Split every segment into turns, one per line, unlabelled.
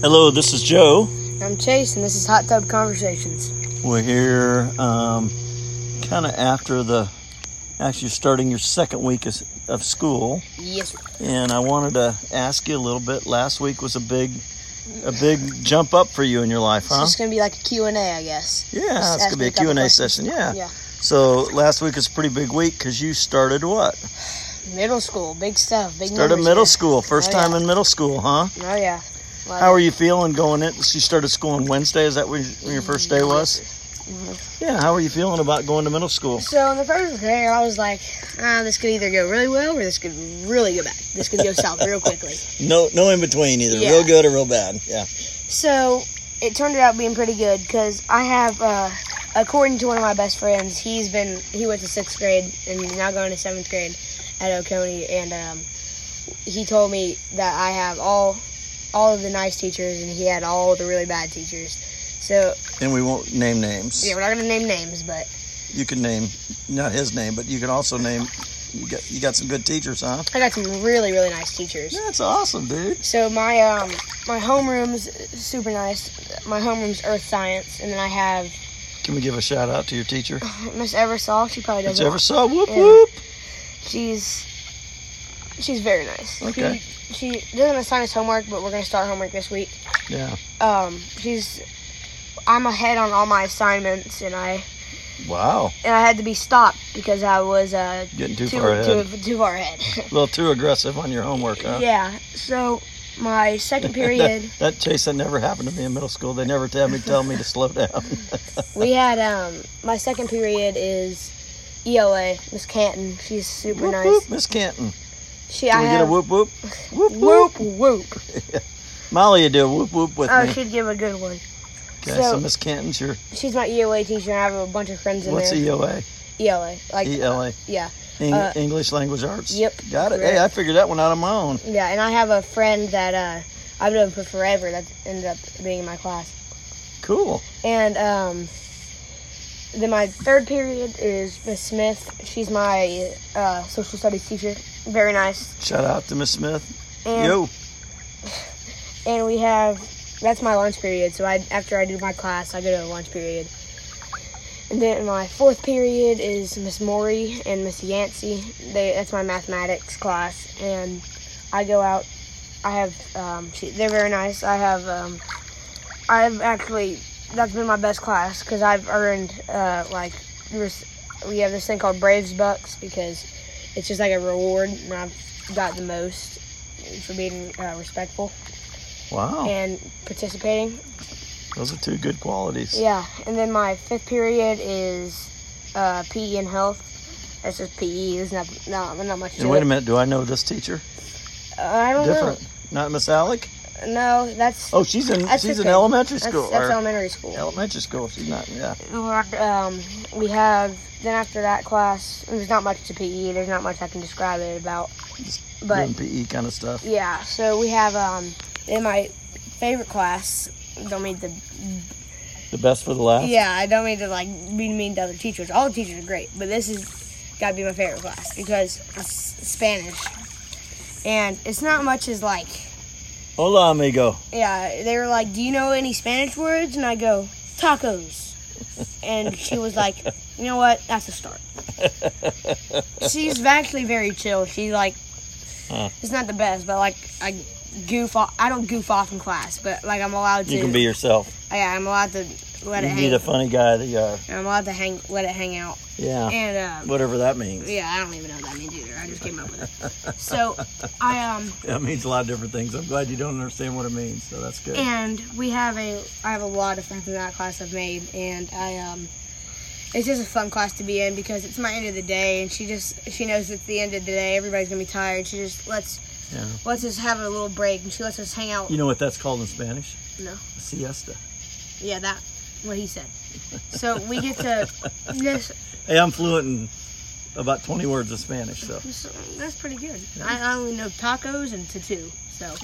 Hello, this is Joe.
I'm Chase, and this is Hot Tub Conversations.
We're here um, kind of after the, actually, you're starting your second week of, of school.
Yes,
And I wanted to ask you a little bit. Last week was a big, a big jump up for you in your life,
so
huh?
it's gonna be like a Q and A, I guess.
Yeah,
just
it's
ask
gonna
me
be
a
a
couple
Q and A
questions.
session. Yeah.
Yeah.
So last week was a pretty big week because you started what?
Middle school, big stuff, big.
Started
numbers
middle
here.
school. First
Oh, yeah.
time in middle school, huh?
Oh yeah.
How are you feeling going in? So you started school on Wednesday. Is that when when your first day was?
Mm-hmm.
Yeah. How are you feeling about going to middle school?
So on the first day, I was like, ah, this could either go really well or this could really go bad. This could go south real quickly.
No, no in between either.
Yeah.
Real good or real bad. Yeah.
So it turned out being pretty good because I have, uh, according to one of my best friends, he's been he went to sixth grade and he's now going to seventh grade at Oconee, and um, he told me that I have all all of the nice teachers and he had all the really bad teachers. So
And we won't name names.
yeah, we're not gonna name names, but
You can name not his name, but you can also name. You got you got some good teachers, huh?
I got some really really nice teachers.
That's awesome, dude.
So my um my homeroom's super nice. My homeroom's earth science, and then I have
Can we give a shout out to your teacher?
Miss Eversol. She probably
That's
doesn't.
ever saw. Whoop
Yeah.
whoop.
She's she's very nice.
Okay.
She, she doesn't assign us homework, but we're gonna start homework this week.
Yeah.
Um, she's I'm ahead on all my assignments, and I
Wow.
and I had to be stopped because I was uh
Getting too, far ahead.
Too, too far ahead.
a little too aggressive on your homework, huh?
yeah. So my second
that,
period,
that chase that never happened to me in middle school. They never tell me tell me to slow down.
we had um my second period is ELA Miss Canton. She's super
whoop,
nice.
whoop, Miss Canton.
She
Can
I
we
have
get a whoop whoop? Whoop whoop.
whoop whoop.
Molly, you do a whoop whoop with
Oh,
me.
she'd give a good one.
Okay, so,
so-
Miss Canton's your
She's my ELA teacher, and I have a bunch of friends in
what's E
there.
EOA?
ELA. Like
ELA.
yeah.
E Eng-
uh,
English Language Arts.
yep,
Got it. Hey,
correct.
I figured that one out on my own.
Yeah, and I have a friend that uh, I've known for forever that ended up being in my class.
Cool.
And um, then my third period is Miss Smith. She's my uh, social studies teacher. Very nice.
Shout out to Miss Smith.
And,
Yo.
and we have that's my lunch period. So I after I do my class, I go to a lunch period. And then my fourth period is Miss Maury and Miss Yancey. They that's my mathematics class, and I go out. I have um, she, they're very nice. I have um, I've actually that's been my best class because I've earned uh, like there's- we have this thing called Braves Bucks because it's just like a reward, and I've got the most for being uh, respectful
Wow.
and participating.
Those are two good qualities.
Yeah, and then my fifth period is uh, PE and health. That's just PE. There's not not, not much.
And
to
wait
it.
a minute, do I know this teacher?
Uh, I don't
Different. Not Miss Alec?
know. No, that's
Oh, she's in
That's
she's
fifth
in
grade.
elementary
that's,
school.
that's
or
elementary school.
elementary school. She's not. Yeah.
Um, we have then after that class, there's not much to PE. There's not much I can describe it about.
Just
But
doing PE kind of stuff.
yeah, so we have um in my favorite class. Don't mean to.
The best for the last.
Yeah, I don't mean to like be mean to other teachers. All the teachers are great, but this is gotta be my favorite class because it's Spanish, and it's not much as like
Hola, amigo.
yeah. They were like, "Do you know any Spanish words?" And I go, "Tacos," and she was like, "You know what? That's a start." She's actually very chill. She like
Huh.
it's not the best, but like I goof off. I don't goof off in class, but like I'm allowed to.
you can be yourself.
yeah, I'm allowed to let
You
it
can be
hang.
the funny guy that you are.
I'm allowed to hang, let it hang out,
Yeah.
and um,
Whatever that means.
Yeah, I don't even know what that means either. I just came up with it. So, I um,
That means a lot of different things. I'm glad you don't understand what it means, so that's good.
and we have a, I have a lot of friends in that class I've made, and I um, it's just a fun class to be in because it's my end of the day, and she just, she knows it's the end of the day. Everybody's gonna be tired. She just lets,
Yeah.
let's just have a little break, and she lets us hang out.
You know what that's called in Spanish?
No.
Siesta.
Yeah, that what he said. So we get to, this,
Hey, I'm fluent in about 20 words of Spanish, so
this that's pretty good. I, I only know tacos and tattoo, so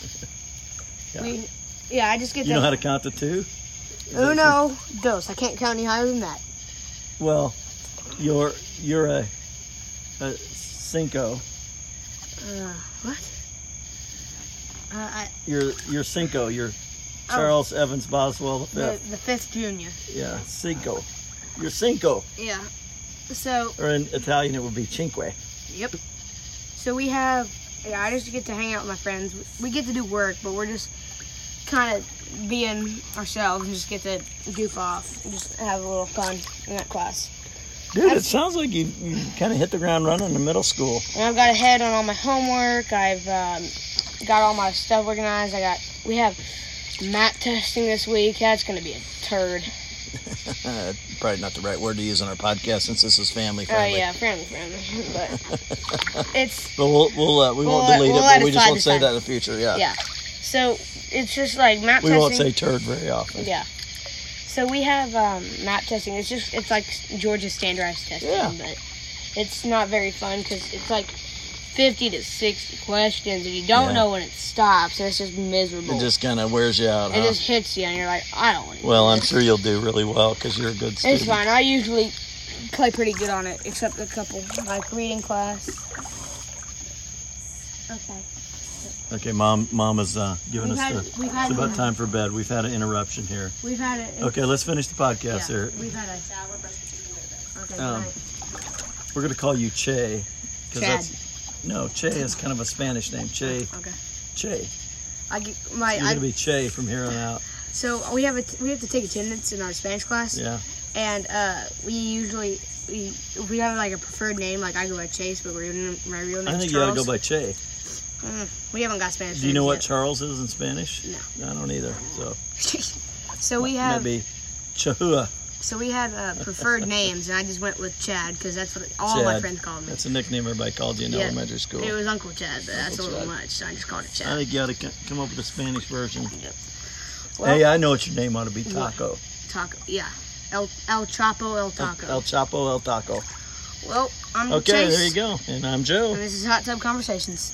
Yeah.
we. Yeah, I just get
you
to
know how to count to two?
Uno, dos. I can't count any higher than that.
Well, you're you're a, a cinco.
Uh, what? Uh, I,
You're you're cinco. You're
Oh.
Charles Evans Boswell the
The,
fifth.
the fifth junior.
Yeah, cinco. You're cinco,
Yeah. So,
or in Italian it would be cinque.
yep. So we have, yeah, I just get to hang out with my friends. We get to do work, but we're just kind of being ourselves and just get to goof off and just have a little fun in that class.
Dude, it sounds like you, you kind of hit the ground running in middle school.
And I've got ahead on all my homework. I've um, got all my stuff organized. I got, we have map testing this week. That's going to be a turd.
Probably not the right word to use on our podcast since this is family
Oh,
friendly.
yeah, friendly, friendly. but it's,
But we'll, we'll uh, we
We'll
won't
let-
delete
we'll
it,
let
but we
it
just
slide
won't
this
say
time.
that in the future. Yeah.
Yeah. so it's just like map
We
testing.
won't say turd very often.
Yeah. So we have um, map testing. It's just it's like Georgia standardized testing,
Yeah.
but it's not very fun because it's like fifty to sixty questions, and you don't
Yeah.
know when it stops, and it's just miserable.
It just kind of wears you out,
It
huh?
just hits you, and you're like, I don't want to.
Well,
do
I'm
this.
sure you'll do really well because you're a good student.
It's fine. I usually play pretty good on it, except a couple like reading class. Okay.
Okay, mom. Mom is uh, giving
We've
us
had,
the.
we've
It's
had
about time for bed. We've had an interruption here.
We've had it.
Okay, let's finish the podcast here.
We've had a sour breakfast. Okay.
Um,
fine.
We're gonna call you Che. 'cause
Chad.
no, Che is kind of a Spanish name. Che,
Okay.
Che.
I get my.
You're
I,
gonna be Che from here on out.
So we have a we have to take attendance in our Spanish class,
Yeah.
and uh, we usually we we have like a preferred name. Like I go by Chase, but we're my real name.
I think you ought
Charles.
to go by Che.
Mm, we haven't got Spanish.
Do you know what
names
Charles is in Spanish?
No.
I don't either. So
yet. so we have
maybe Chahua.
so we had uh, preferred names, and I just went with Chad because that's what all my
Chad.
friends called me.
That's a nickname everybody called you in
Yeah.
elementary school.
It was Uncle Chad, but that's a
Uncle
little
Chad. Uh,
much, so I just called it
I
Chad.
think you ought to c- come up with a Spanish version.
Well,
hey, uh, I know what your name ought to be.
What?
Taco.
taco, yeah, El El Chapo El
El-
Taco.
El Chapo, El Taco.
well, I'm
Okay,
Chase,
there you go. And I'm Joe.
and this is Hot Tub Conversations.